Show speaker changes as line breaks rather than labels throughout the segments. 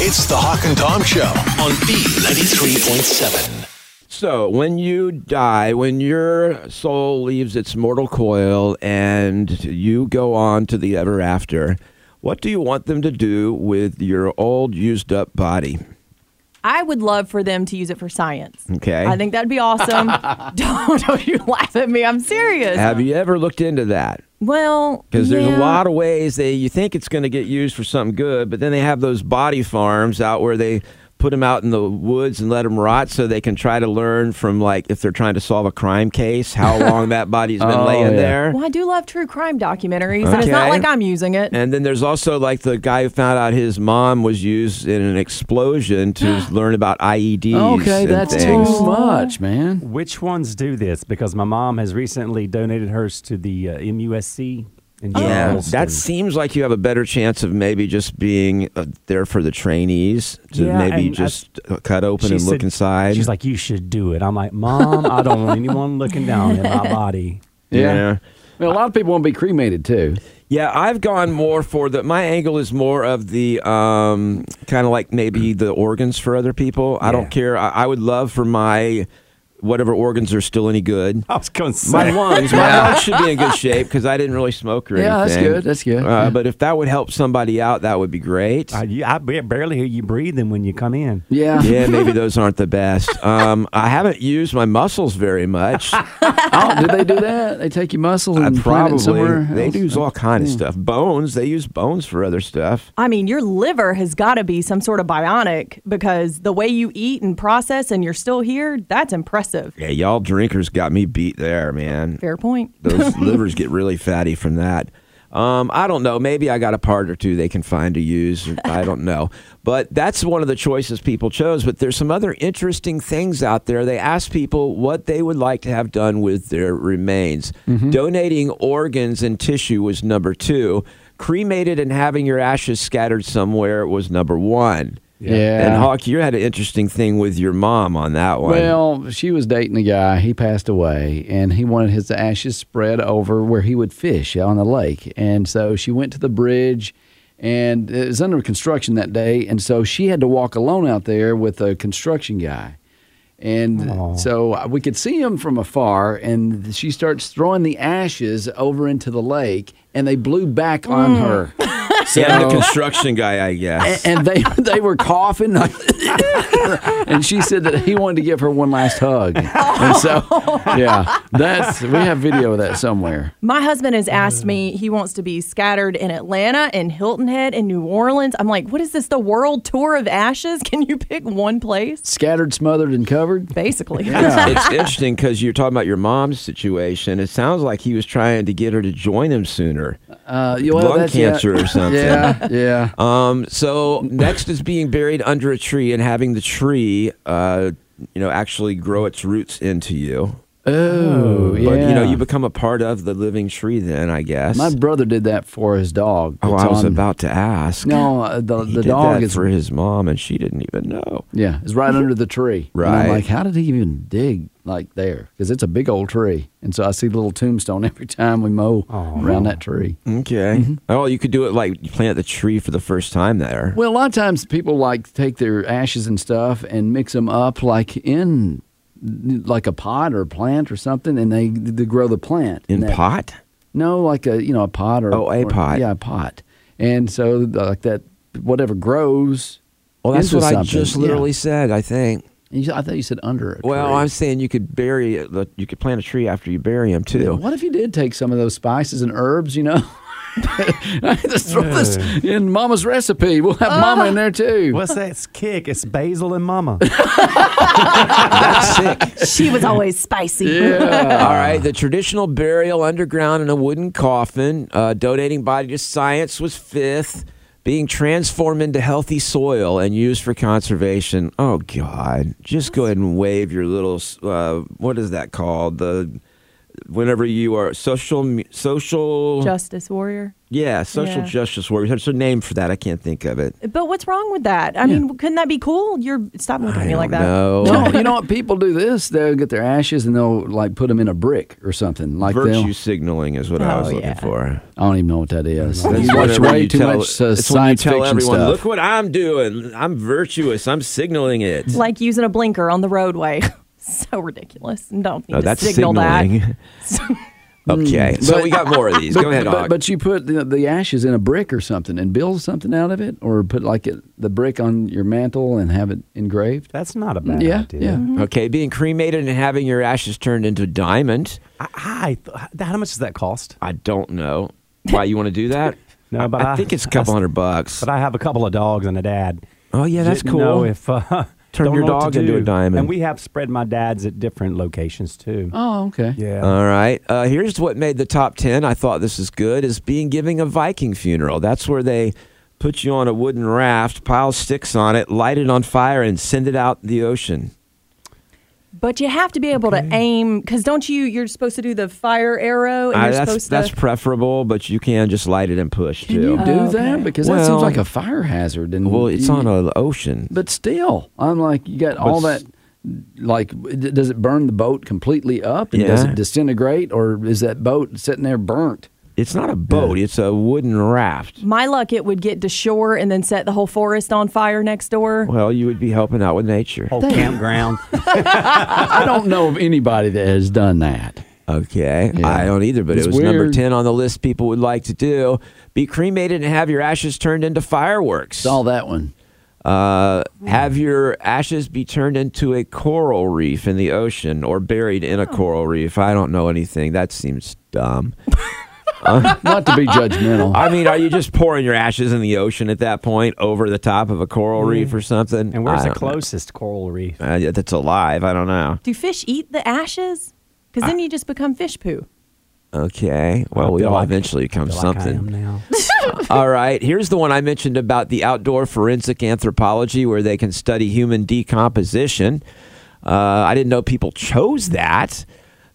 It's the Hawk and Tom Show on B93.7.
So, when you die, when your soul leaves its mortal coil and you go on to the ever after, what do you want them to do with your old, used up body?
I would love for them to use it for science.
Okay.
I think that'd be awesome. don't, don't you laugh at me. I'm serious.
Have you ever looked into that?
well,
Because there's
yeah.
a lot of ways they you think it's going to get used for something good, but then they have those body farms out where they put them out in the woods and let them rot so they can try to learn from like if they're trying to solve a crime case how long that body's been
Oh,
laying
yeah.
there.
Well, I do love true crime documentaries, and it's not
Okay.
like I'm using it.
And then there's also like the guy who found out his mom was used in an explosion to learn about IEDs.
Okay,
and
that's
things.
too much, man.
Which ones do this? Because my mom has recently donated hers to the uh, MUSC. In John
Yeah,
Holston.
that seems like you have a better chance of maybe just being uh, there for the trainees to
Yeah,
maybe
and I-
just uh cut open
She
and look
said-
inside.
She's like, you should do it. I'm like, Mom, I don't want anyone looking down at my body.
Yeah.
Yeah.
I mean, a lot of people want to be cremated too.
Yeah, I've gone more for the. My angle is more of the um, kind of like maybe the organs for other people. I don't care. I, I would love for my whatever organs are still any good.
I was going to
My
say,
lungs, my lungs should be in good shape because I didn't really smoke or
Yeah, that's
anything.
good, that's good.
Uh, But if that would help somebody out, that would be great.
I, you- I ba- barely hear you breathing when you come in.
Yeah.
yeah, maybe those aren't the best. Um, I haven't used my muscles very much.
oh, do they do that? They take your muscle
I
and plant
probably
it somewhere.
they
else?
use all kind of stuff. Bones, they use bones for other stuff.
I mean, your liver has got to be some sort of bionic because the way you eat and process and you're still here, that's impressive.
Yeah, y'all drinkers got me beat there, man.
Fair point.
Those livers get really fatty from that. Um, I don't know. Maybe I got a part or two they can find to use. I don't know. But that's one of the choices people chose. But there's some other interesting things out there. They asked people what they would like to have done with their remains.
Mm-hmm.
Donating organs and tissue was number two. Cremated and having your ashes scattered somewhere was number one.
Yeah.
And Hawk, you had an interesting thing with your mom on that one.
Well, she was dating a guy. He passed away, and he wanted his ashes spread over where he would fish on the lake. And so she went to the bridge, and it was under construction that day. And so she had to walk alone out there with a construction guy. And so we could see him from afar, and she starts throwing the ashes over into the lake, and they blew back on her.
yeah, I'm the construction guy, I guess.
A- and they they were coughing, like, and she said that he wanted to give her one last hug, and so yeah, that's we have video of that somewhere.
My husband has asked me, he wants to be scattered in Atlanta and Hilton Head and New Orleans. I'm like, what is this, the world tour of ashes? Can you pick one place?
Scattered, smothered, and covered.
Basically.
it's interesting because you're talking about your mom's situation. It sounds like he was trying to get her to join him sooner.
Uh, yeah, well,
Lung
that's-
cancer
yeah.
or something.
Yeah, yeah.
Um, so next is being buried under a tree and having the tree, uh, you know, actually grow its roots into you.
Oh, yeah.
But you know, you become a part of the living tree. Then I guess.
My brother did that for his dog.
oh,
It's
I was
on-
about to ask.
No, uh, the
he
the
did
dog
that
is
for his mom, and she didn't even know.
yeah, it's right under the tree. And I'm
Right.
like, how did he even dig like there? Because it's a big old tree, and so I see the little tombstone every time we mow around that tree.
Okay.
Mm-hmm.
Oh, you could do it like you plant the tree for the first time there.
Well, a lot of times people like take their ashes and stuff and mix them up like in like a pot or a plant or something, and they, they grow the plant
in
that-
pot.
No, like a you know a pot or
Oh, a
or-
pot.
Yeah, a pot. And so like that, whatever grows
Well, Oh, that's
into
what I
something.
just literally said. I think.
Yeah. You- I thought you said under. A
Well,
tree.
I'm saying you could bury, it- look, you could plant a tree after you bury them too.
What if you did take some of those spices and herbs? You know, just throw this in Mama's recipe. We'll have Mama in there too.
What's that kick? It's basil and mama.
That's sick.
She was always spicy.
Yeah.
All right, the traditional burial underground in a wooden coffin, uh, donating body to science was fifth, being transformed into healthy soil and used for conservation. Oh God, just go ahead and wave your little uh, what is that called? The whenever you are social mu- social
Justice warrior.
yeah social
Yeah.
justice warriors. There's a name for that. I can't think of it.
But what's wrong with that? I mean, couldn't that be cool? You're stop looking at me like that.
No.
no, you know what? People do this. They'll get their ashes and they'll like put them in a brick or something. Like
Virtue
they'll.
signaling is what I
Oh,
was looking
yeah.
for.
I don't even know what that is.
That's
You watch
whenever
way
you
too
tell-
much uh,
it's when you
science
tell
fiction
everyone,
stuff.
Look what I'm doing. I'm virtuous. I'm signaling it.
Like using a blinker on the roadway. so ridiculous. Don't need
No,
to
Oh, that's
signal that.
signaling. okay,
Mm.
so we got more of these. Go ahead,
but,
Og.
but you put the, the ashes in a brick or something and build something out of it, or put like it, the brick on your mantle and have it engraved.
That's not a bad
yeah,
idea.
yeah.
okay, being cremated and having your ashes turned into diamond.
I, I th- how much does that cost?
I don't know why you want to do that.
No, but
I,
I-
think it's a couple
I-
hundred bucks.
But I have a couple of dogs and a dad.
oh yeah, that's
Didn't
cool.
Know if uh,
Turn
don't
your
know what to
dog into a
do.
diamond.
And we have spread my dad's at different locations too.
Oh, okay.
Yeah.
All right. Uh, here's what made the top 10. I thought this is good is being giving a Viking funeral. That's where they put you on a wooden raft, pile sticks on it, light it on fire, and send it out the ocean.
But you have to be able to aim because don't you? You're supposed to do the fire arrow, and
Uh,
you're
that's
supposed
that's
to.
preferable, but you can just light it and push
Can
too.
you do that? Because that
Well-
seems like a fire hazard. And
well, it's
you-
on an ocean.
But still, I'm like, you got all
s-
that. Like, d- does it burn the boat completely up? And Does
Yeah.
it disintegrate, or is that boat sitting there burnt?
It's not a boat. It's a wooden raft.
My luck, it would get to shore and then set the whole forest on fire next door.
Well, you would be helping out with nature.
Whole campground.
I don't know of anybody that has done that.
Okay.
Yeah.
I don't either, but
It's
it was number
weird.
10 on the list people would like to do. Be cremated and have your ashes turned into fireworks.
Saw that one.
Uh, have your ashes be turned into a coral reef in the ocean or buried
Oh.
in a coral reef. I don't know anything. That seems dumb.
Not to be judgmental.
I mean, are you just pouring your ashes in the ocean at that point over the top of a coral reef or something?
Mm. and where's
I
the
don't
closest coral reef?
know. Uh, yeah, that's alive. I don't know.
Do fish eat the ashes? Because then you just become fish poo.
Okay. Well, we
feel
all
like-
eventually
I
become
feel like I
something.
am now.
All right. Here's the one I mentioned about the outdoor forensic anthropology, where they can study human decomposition. Uh, I didn't know people chose that.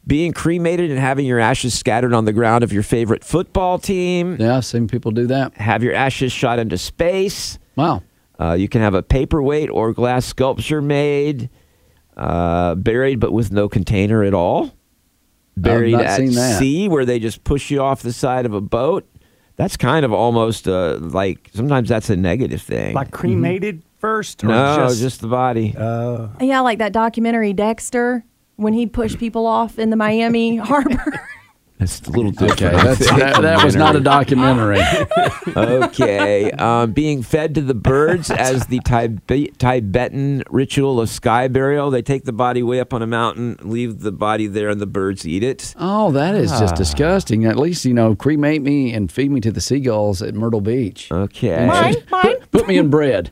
Being cremated and having your ashes scattered on the ground of your favorite football team.
yeah, I've seen people do that.
Have your ashes shot into space.
Wow.
Uh, you can have a paperweight or glass sculpture made, uh, buried but with no container at all. Buried
not
at
seen that.
sea, where they just push you off the side of a boat. That's kind of almost uh, like sometimes that's a negative thing.
Like cremated first, or
no,
just,
just, the body.
Yeah, like that documentary Dexter when he pushed people off in the Miami harbor.
that's a little
Okay,
different. I
that's,
think.
that, that was not a documentary.
okay. Um, being fed to the birds as the Tibet, Tibetan ritual of sky burial. They take the body way up on a mountain, leave the body there, and the birds eat it.
Oh, that is just
Ah.
disgusting. At least you know, cremate me and feed me to the seagulls at Myrtle Beach.
Okay.
mine, mine.
Put me in bread.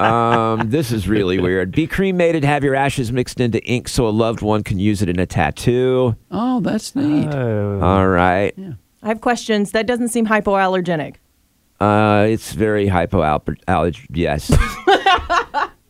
Um, this is really weird. Be cremated, have your ashes mixed into ink so a loved one can use it in a tattoo.
Oh, that's neat.
Ah. All right.
I have questions. That doesn't seem hypoallergenic.
Uh, it's very hypoallergenic. Yes.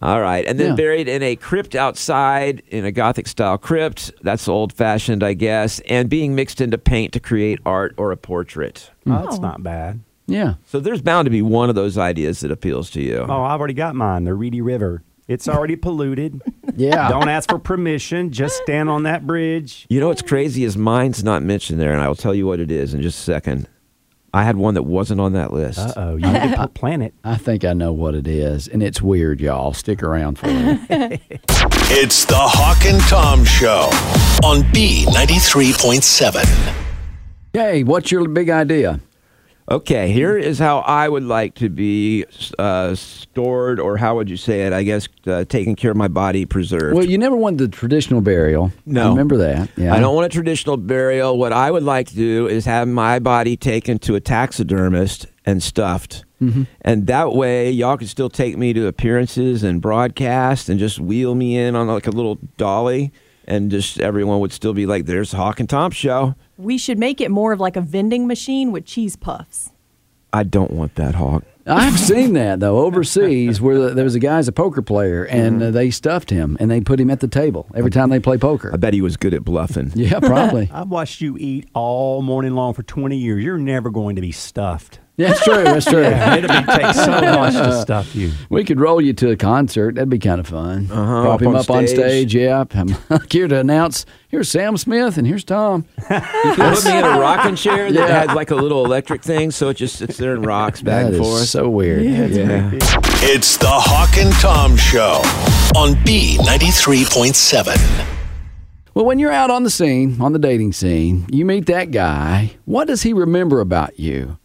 All right. And then
Yeah.
buried in a crypt outside, in a Gothic style crypt. That's old fashioned, I guess. And being mixed into paint to create art or a portrait.
oh, that's not bad.
yeah.
So there's bound to be one of those ideas that appeals to you.
Oh, I already got mine. The Reedy River. It's already polluted.
Yeah.
Don't ask for permission. Just stand on that bridge.
You know what's crazy is mine's not mentioned there, and I will tell you what it is in just a second. I had one that wasn't on that list.
Uh oh, you need to pl- plant it.
I think I know what it is, and it's weird, y'all. Stick around for it.
It's the Hawk and Tom Show on B93.7.
Yay! What's your big idea?
Okay, here is how I would like to be uh, stored, or how would you say it? I guess uh, taking care of my body, preserved.
Well, you never wanted the traditional burial.
No.
I remember that. Yeah,
I don't want a traditional burial. What I would like to do is have my body taken to a taxidermist and stuffed.
Mm-hmm.
And that way, y'all can still take me to appearances and broadcast and just wheel me in on like a little dolly. And just everyone would still be like, there's the Hawk and Tom show.
We should make it more of like a vending machine with cheese puffs.
I don't want that hawk.
I've seen that though overseas, where the, there was a guy as a poker player, and uh, they stuffed him and they put him at the table every time they play poker.
I bet he was good at bluffing.
Yeah, probably.
I've watched you eat all morning long for 20 years. You're never going to be stuffed.
Yeah, that's true. That's true.
It'd be, take so much to stuff you.
We could roll you to a concert. That'd be kind of fun.
Uh-huh,
Prop
up
him
on
up on
stage.
stage. Yeah, I'm here to announce. Here's Sam Smith and here's Tom.
Put me in a rocking chair that
Yeah.
had like a little electric thing, so it just sits there and rocks back
That
and
is
forth.
so weird.
yeah.
It's the Hawk and Tom Show on B93.7.
Well, when you're out on the scene, on the dating scene, you meet that guy. What does he remember about you?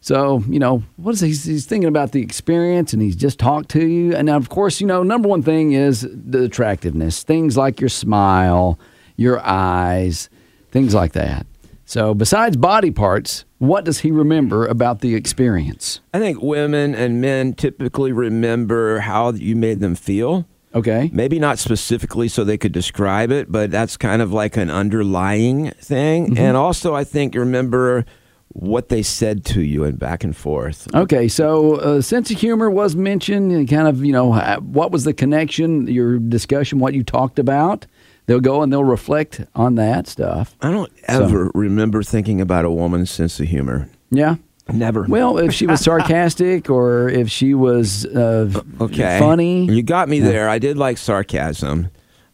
So, you know, what is he, he's thinking about the experience and he's just talked to you. And now, of course, you know, number one thing is the attractiveness, things like your smile, your eyes, things like that. So, besides body parts, what does he remember about the experience?
I think women and men typically remember how you made them feel.
Okay.
Maybe not specifically so they could describe it, but that's kind of like an underlying thing.
Mm-hmm.
And also, I think you remember what they said to you and back and forth.
Okay, so uh, sense of humor was mentioned, and kind of, you know, ha- what was the connection, your discussion, what you talked about. They'll go and they'll reflect on that stuff.
I don't ever remember thinking about a woman's sense of humor.
Yeah.
Never.
Well, if she was sarcastic or if she was uh,
okay.
funny.
You got me there. I did like sarcasm.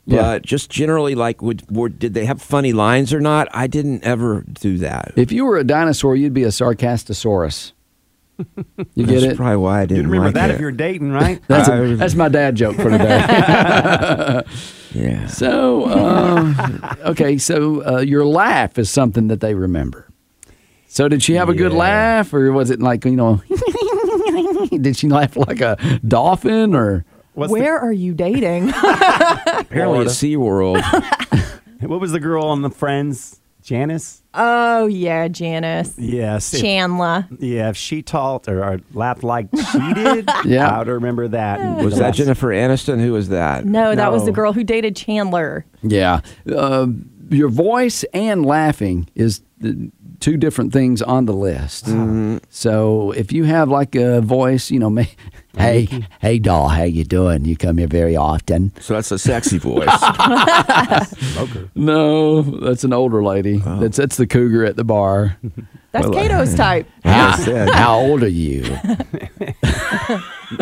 But
Yeah.
just generally, like, would, were, did they have funny lines or not? I didn't ever do that.
if you were a dinosaur, you'd be a sarcastosaurus. You get
That's
it?
probably why I didn't
You'd remember
like
that
it.
if you're dating, right? Uh,
That's, a, that's my dad joke for today.
yeah.
so, uh, okay, so uh, your laugh is something that they remember. So, did she have a good
Yeah.
laugh, or was it like you know? did she laugh like a dolphin, or
What's the-
Where are you dating?
Apparently at SeaWorld.
what was the girl on the Friends? Janice?
oh yeah, Janice.
Yes. if-
Chandler.
yeah, if she talked or, or laughed like she did,
Yeah.
I would remember that.
was that Jennifer Aniston? Who was that?
No, that was
No.
the girl who dated Chandler.
yeah, uh, your voice and laughing is the two different things on the list. Mm-hmm. So, if you have like a voice, you know, may, hey, hey, doll, how you doing? You come here very often.
So that's a sexy voice.
No, that's an older lady. That's that's the cougar at the bar.
That's Kato's type.
How, how old are you?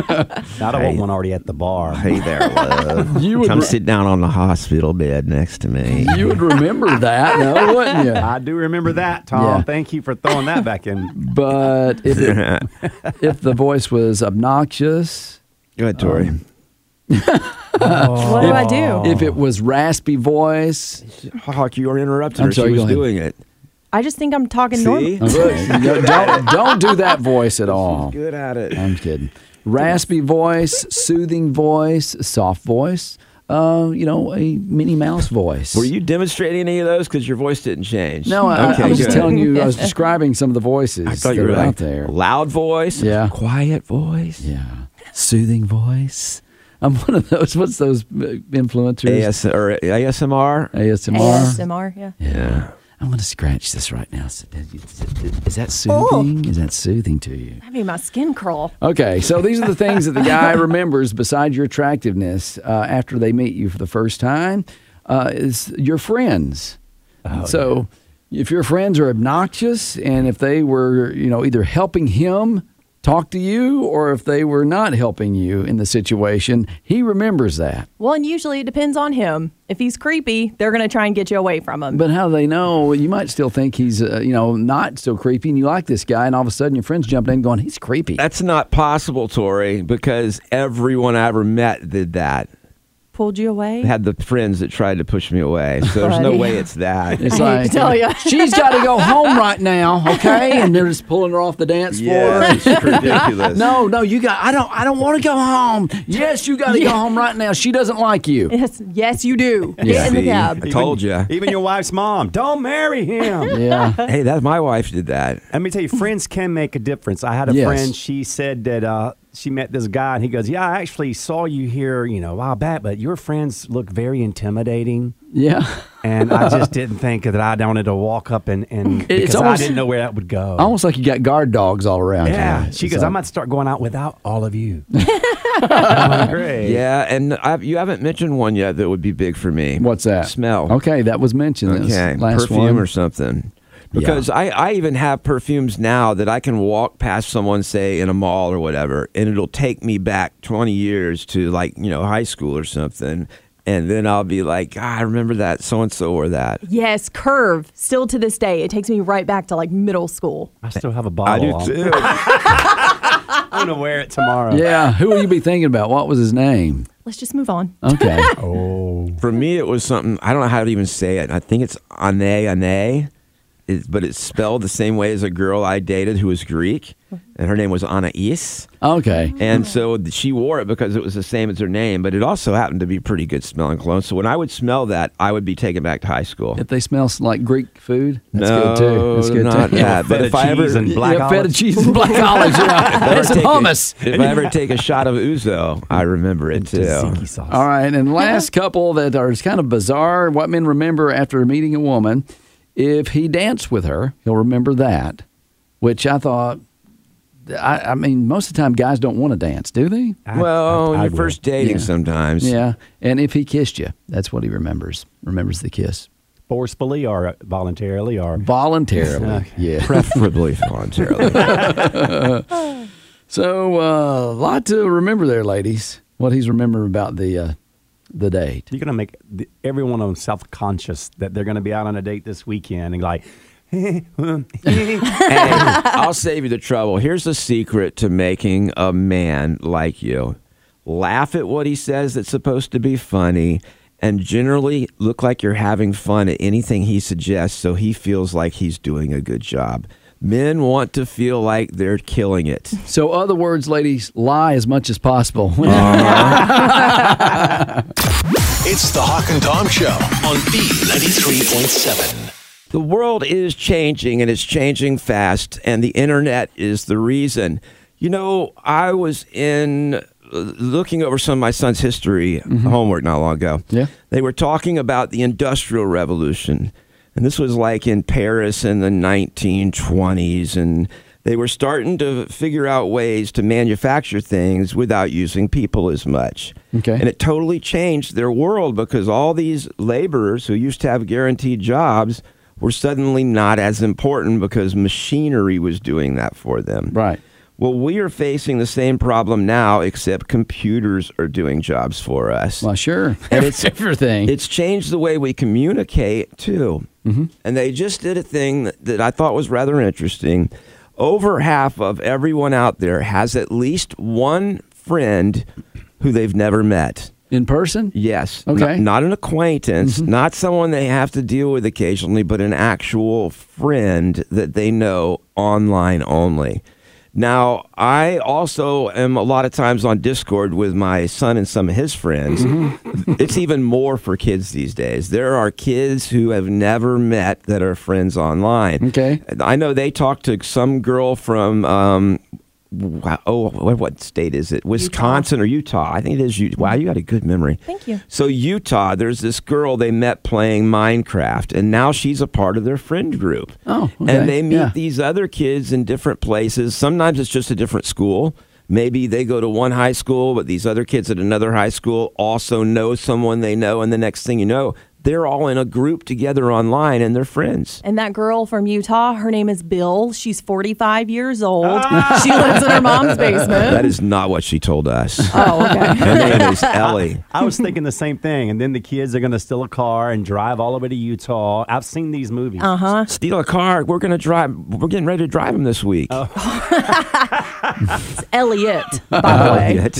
I don't want one already at the bar.
hey there, love.
You would
Come
re-
sit down on the hospital bed next to me.
You would remember that, no, wouldn't you?
I do remember that, Tom.
Yeah.
Thank you for throwing that back in.
But if it, if the voice was obnoxious,
Go ahead, Tori.
Um,
What do I do?
if
Oh.
it was raspy voice,
Hawk, you are interrupting
I'm
her.
sorry,
she was
go ahead.
doing it.
I just think I'm talking
See?
normal.
okay, no, don't don't do that voice at all.
Good at it.
I'm kidding. Raspy voice, soothing voice, soft voice. Uh, you know, a Minnie Mouse voice.
Were you demonstrating any of those? Because your voice didn't change.
No, I,
okay,
I was just
good.
telling you. I was describing some of the voices
I thought
that
you were
are
like,
out there.
loud voice,
Yeah.
quiet voice.
Yeah, soothing voice. I'm one of those. What's those uh, influencers?
AS, or ASMR.
ASMR.
ASMR, yeah.
Yeah. I'm going to scratch this right now. Is is that soothing? Is that soothing to you?
That made my skin crawl.
Okay, so these are the things that the guy remembers besides your attractiveness uh, after they meet you for the first time uh, is your friends. so if your friends are obnoxious and if they were, you know, either helping him talk to you or if they were not helping you in the situation, he remembers that.
Well, and usually it depends on him. If he's creepy, they're going to try and get you away from him.
But how do they know? You might still think he's, uh, you know, not so creepy, and you like this guy, and all of a sudden your friends jumping in, going, "He's creepy."
That's not possible, Tori, because everyone I ever met did that.
pulled you away?
Had the friends that tried to push me away. So there's no
Buddy.
way it's that.
I
It's
hate
like,
to tell ya.
she's got to go home right now, okay? And they're just pulling her off the dance floor.
yeah, it's ridiculous.
No, no, you got. I don't. I don't want to go home. Yes, you got to go home right now. She doesn't like you.
yes, yes, you do. Get in the
See,
cab.
I told you.
Even your wife's mom. Don't marry him.
Yeah.
Hey, that my wife did that.
Let me tell you, friends can make a difference. I had a
Yes.
friend. She said that uh, she met this guy, and he goes, "Yeah, I actually saw you here, you know, a while back, but your friends look very intimidating."
Yeah.
And I just didn't think that I wanted to walk up and, and because
almost-
I didn't know where that would go.
Almost like you got guard dogs all around you.
yeah, she
It's
goes,
like-
I might start going out without all of you. I'm like, "Great."
Yeah, and I've, you haven't mentioned one yet that would be big for me.
What's that?
Smell.
Okay, that was mentioned. That was
Okay,
last
perfume
one.
or something. Because I, I even have perfumes now that I can walk past someone, say in a mall or whatever, and it'll take me back 20 years to like, you know, high school or something. And then I'll be like, ah, I remember that so and so or that.
Yes, curve. Still to this day, it takes me right back to like middle school.
I still have a bottle.
I
I
do too.
am gonna wear it tomorrow.
Yeah. Who will you be thinking about? What was his name?
Let's just move on.
Okay.
For me, it was something, I don't know how to even say it. I think it's Ane Ane, it, but it's spelled the same way as a girl I dated who was Greek, and her name was Anais.
Okay.
And so th- she wore it because it was the same as her name, but it also happened to be pretty good smelling cologne. So when I would smell that, I would be taken back to high school.
If they smell like Greek food, that's
no,
good too. That's good
not
too.
that. But
Feta
if I ever,
cheese and
if
black
yeah,
olives.
feta cheese and black olives.
I
Yeah.
ever
and some
take a-
hummus.
if I ever take a shot of ouzo, I remember it too.
Tzatziki sauce.
All right, and last couple that are kind of bizarre. What men remember after meeting a woman, if he danced with her, he'll remember that. Which I thought, I, I mean, most of the time guys don't want to dance, do they?
I-
well,
I- I
you're
will.
first dating sometimes.
Yeah. And if he kissed you, that's what he remembers. Remembers the kiss
forcefully or voluntarily or
Mm-hmm.
voluntarily. Yeah.
Preferably voluntarily.
So uh, a lot to remember there, ladies. What he's remembering about the uh, the date.
You're gonna make the, every one of them self-conscious that they're gonna be out on a date this weekend and like,
hey, I'll save you the trouble. Here's the secret to making a man like you laugh at what he says that's supposed to be funny, and generally look like you're having fun at anything he suggests so he feels like he's doing a good job. Men want to feel like they're killing it.
So other words, ladies, lie as much as possible.
It's the Hawk and Tom Show on B93.7.
The world is changing and it's changing fast, and the internet is the reason. You know, I was in uh, looking over some of my son's history homework not long ago.
Mm-hmm. Yeah.
They were talking about the Industrial Revolution, and this was like in Paris in the 1920s, and they were starting to figure out ways to manufacture things without using people as much.
Okay.
And it totally changed their world because all these laborers who used to have guaranteed jobs were suddenly not as important because machinery was doing that for them.
Right.
Well, we are facing the same problem now, except computers are doing jobs for us.
well, sure.
And it's-
everything.
It's changed the way we communicate too. And they just did a thing that, that I thought was rather interesting. Over half of everyone out there has at least one friend who they've never met.
in person.
Yes.
Okay. Mm-hmm.
Not, not an acquaintance, not someone they have to deal with occasionally, but an actual friend that they know online only. Now, I also am a lot of times on Discord with my son and some of his friends.
Mm-hmm.
it's even more for kids these days. There are kids who have never met that are friends online.
Okay.
I know they talked to some girl from. Um, Wow, oh, what, what state is it? Wisconsin or Utah? I think it is Utah. Wow, you got a good memory.
Thank you.
So Utah, there's this girl they met playing Minecraft, and now she's a part of their friend group.
Oh, okay,
and they meet
yeah.
these other kids in different places. Sometimes it's just a different school. Maybe they go to one high school, but these other kids at another high school also know someone they know, and the next thing you know, they're all in a group together online and they're friends.
And that girl from Utah, her name is Bill. She's 45 years old. She lives in her mom's basement.
That is not what she told us.
oh, okay.
Her name is Ellie.
I was thinking the same thing. And then the kids are going to steal a car and drive all over to Utah. I've seen these movies.
Steal a car. We're gonna drive. We're getting ready to drive him this week.
Oh.
It's Elliot, by the
Oh,
way.
Elliot.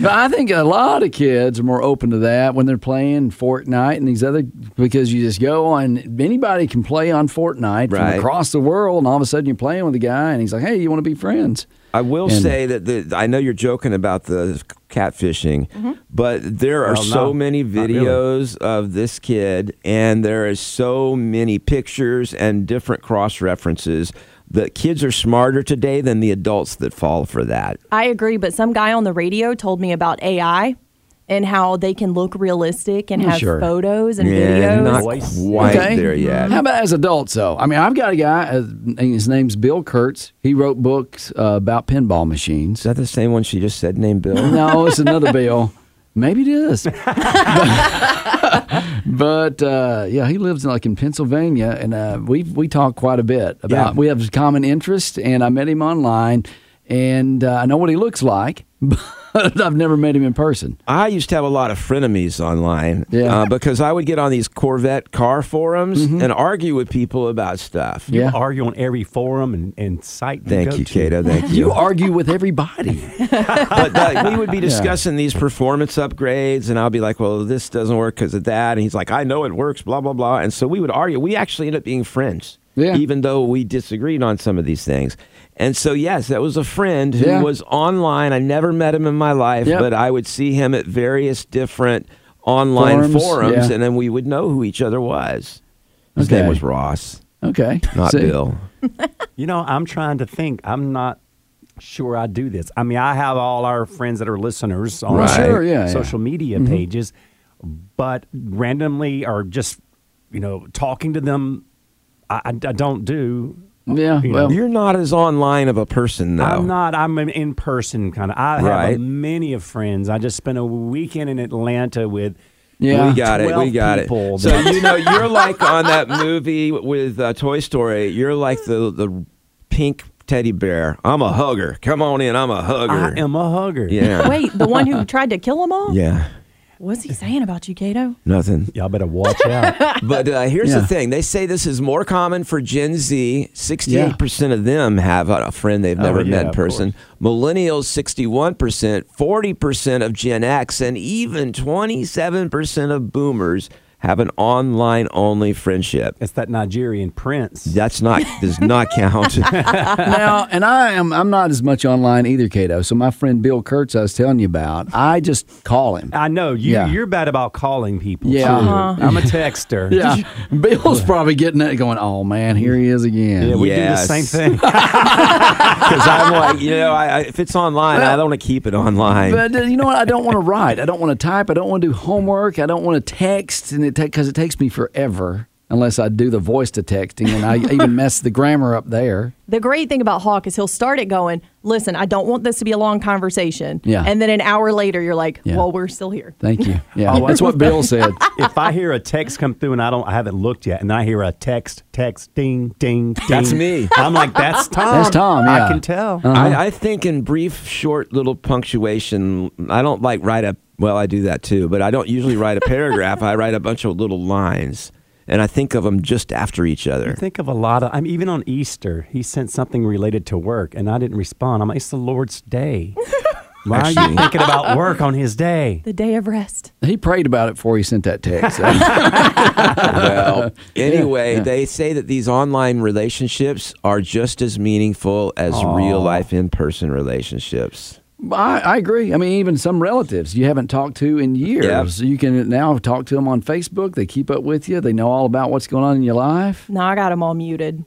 But I think a lot of kids are more open to that when they're playing Fortnite and these other because you just go on. Anybody can play on Fortnite
Right.
from across the world, and all of a sudden you're playing with a guy, and he's like, "Hey, you want to be friends?"
I will
And-
say that the, I know you're joking about the catfishing, but there are
Well,
so
no,
many
not really.
videos of this kid, and there is so many pictures and different cross references. The kids are smarter today than the adults that fall for that.
I agree, but some guy on the radio told me about AI and how they can look realistic and have
Sure.
photos and
Mm, Yeah,
videos.
not
Voice.
quite there yet.
How about as adults though? I mean, I've got a guy. Uh, his name's Bill Kurtz. He wrote books uh, about pinball machines.
Is that the same one she just said named Bill?
no, it's another bill. Maybe it is. but uh, yeah, he lives in, like in Pennsylvania, and uh, we we talk quite a bit
Yeah.
about. We have common interests, and I met him online, and uh, I know what he looks like, but I've never met him in person.
I used to have a lot of frenemies online
Yeah. Mm-hmm.
uh, because I would get on these Corvette car forums and argue with people about stuff.
Yeah.
Argue on every forum and, and site.
Thank
go
you,
to.
Kato. Thank you.
You argue with everybody.
but like, we would be discussing these performance upgrades, and I'll be like, "Well, this doesn't work because of that," and he's like, "I know it works," blah blah blah, and so we would argue. We actually ended up being friends,
Yeah.
even though we disagreed on some of these things. And so, yes, that was a friend who
Yeah.
was online. I never met him in my life,
Yep.
but I would see him at various different online forums,
Forums, yeah.
and then we would know who each other was. His name
Okay.
was Ross,
Okay,
not
See?
Bill.
You know, I'm trying to think. I'm not sure I do this. I mean, I have all our friends that are listeners on
Well,
sure, yeah, Mm-hmm.
social media pages, but randomly or just, you know, talking to them, I, I- I don't do.
Yeah,
You know,
well,
You're not as online of a person, though.
I'm not. I'm an in person kind of. I
Right.
have many of friends. I just spent a weekend in Atlanta with.
yeah.
We got it. We
12
got
people
it. So
that-
you know, you're like on that movie with uh, Toy Story. You're like the the pink teddy bear. I'm a hugger. Come on in. I'm a
I
hugger.
am a hugger.
yeah.
Wait, the one who tried to kill them all?
Yeah.
What's he saying about you, Kato?
Nothing.
Y'all better watch out.
But uh, here's
Yeah.
the thing: they say this is more common for Gen Z. Sixty-eight percent of them have a friend they've never
Oh, yeah,
met in
of
person. Millennials, sixty-one percent, forty percent of Gen X, and even twenty-seven percent of Boomers have an online-only friendship.
it's that Nigerian prince.
That's not does not count.
now, and I am I'm not as much online either, Cato. So my friend Bill Kurtz, I was telling you about, I just call him.
I know you.
Yeah.
You're bad about calling people.
Yeah.
too.
Uh-huh.
I'm a texter.
Yeah, Bill's probably getting that going. Oh man, here he is again.
Yeah, we
Yes.
do the same thing.
Because I'm like, you know, I, I, if it's online, I don't want to keep it online.
But uh, you know what? I don't want to write. I don't want to type. I don't want to do homework. I don't want to text, and it because it takes me forever unless I do the voice to texting, and I even mess the grammar up there.
The great thing about Hawk is he'll start it going, listen, I don't want this to be a long conversation.
Yeah.
And then an hour later, you're like,
Yeah.
well, we're still here.
Thank you. Yeah,
Oh, wow.
that's what Bill said.
if I hear a text come through and I don't, I haven't looked yet, and I hear a text, text, ding, ding, ding.
That's me.
I'm like, that's Tom.
That's Tom, yeah. Uh.
I can tell.
I, I think in brief, short, little punctuation, I don't like write a. Well, I do that too, but I don't usually write a paragraph. I write a bunch of little lines, and I think of them just after each other.
Think of a lot of. I'm even on Easter. He sent something related to work, and I didn't respond. I'm like, it's the Lord's day. Why are you
Actually-
thinking about work on His day?
The day of rest.
He prayed about it before he sent that text.
Well, anyway, they say that these online relationships are just as meaningful as real life in person relationships.
I, I agree. I mean, even some relatives you haven't talked to in years, you can now talk to them on Facebook. They keep up with you. They know all about what's going on in your life.
No, I got them all muted.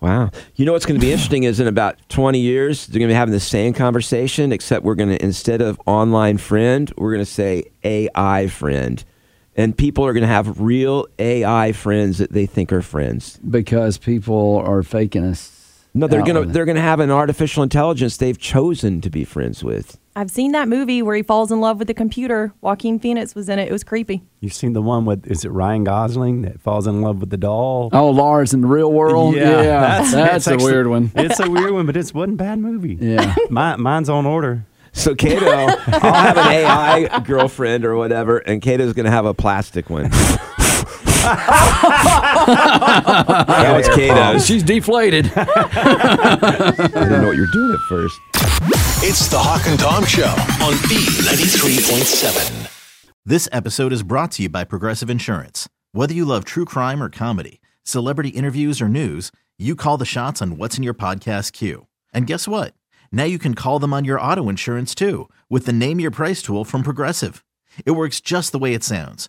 Wow. You know what's going to be interesting is in about 20 years, they're going to be having the same conversation, except we're going to, instead of online friend, we're going to say AI friend. And people are going to have real AI friends that they think are friends.
because people are faking us.
No, they're
out
gonna
with it.
they're gonna have an artificial intelligence they've chosen to be friends with.
I've seen that movie where he falls in love with the computer. Joaquin Phoenix was in it. It was creepy.
You've seen the one with is it Ryan Gosling that falls in love with the doll?
Oh, Lars in the real world. Yeah, that's,
it's
a
actually-
weird one.
It's a weird one, but it's wasn't a bad movie.
Yeah.
Mine, mine's on order.
So Kato, I'll have an AI girlfriend or whatever, and Kato's gonna have a plastic one. that was Kato's.
She's deflated.
I didn't know what you were doing at first.
It's the Hawk and Tom Show on B93.7.
This episode is brought to you by Progressive Insurance. Whether you love true crime or comedy, celebrity interviews or news, you call the shots on what's in your podcast queue. And guess what? Now you can call them on your auto insurance too with the Name Your Price tool from Progressive. It works just the way it sounds.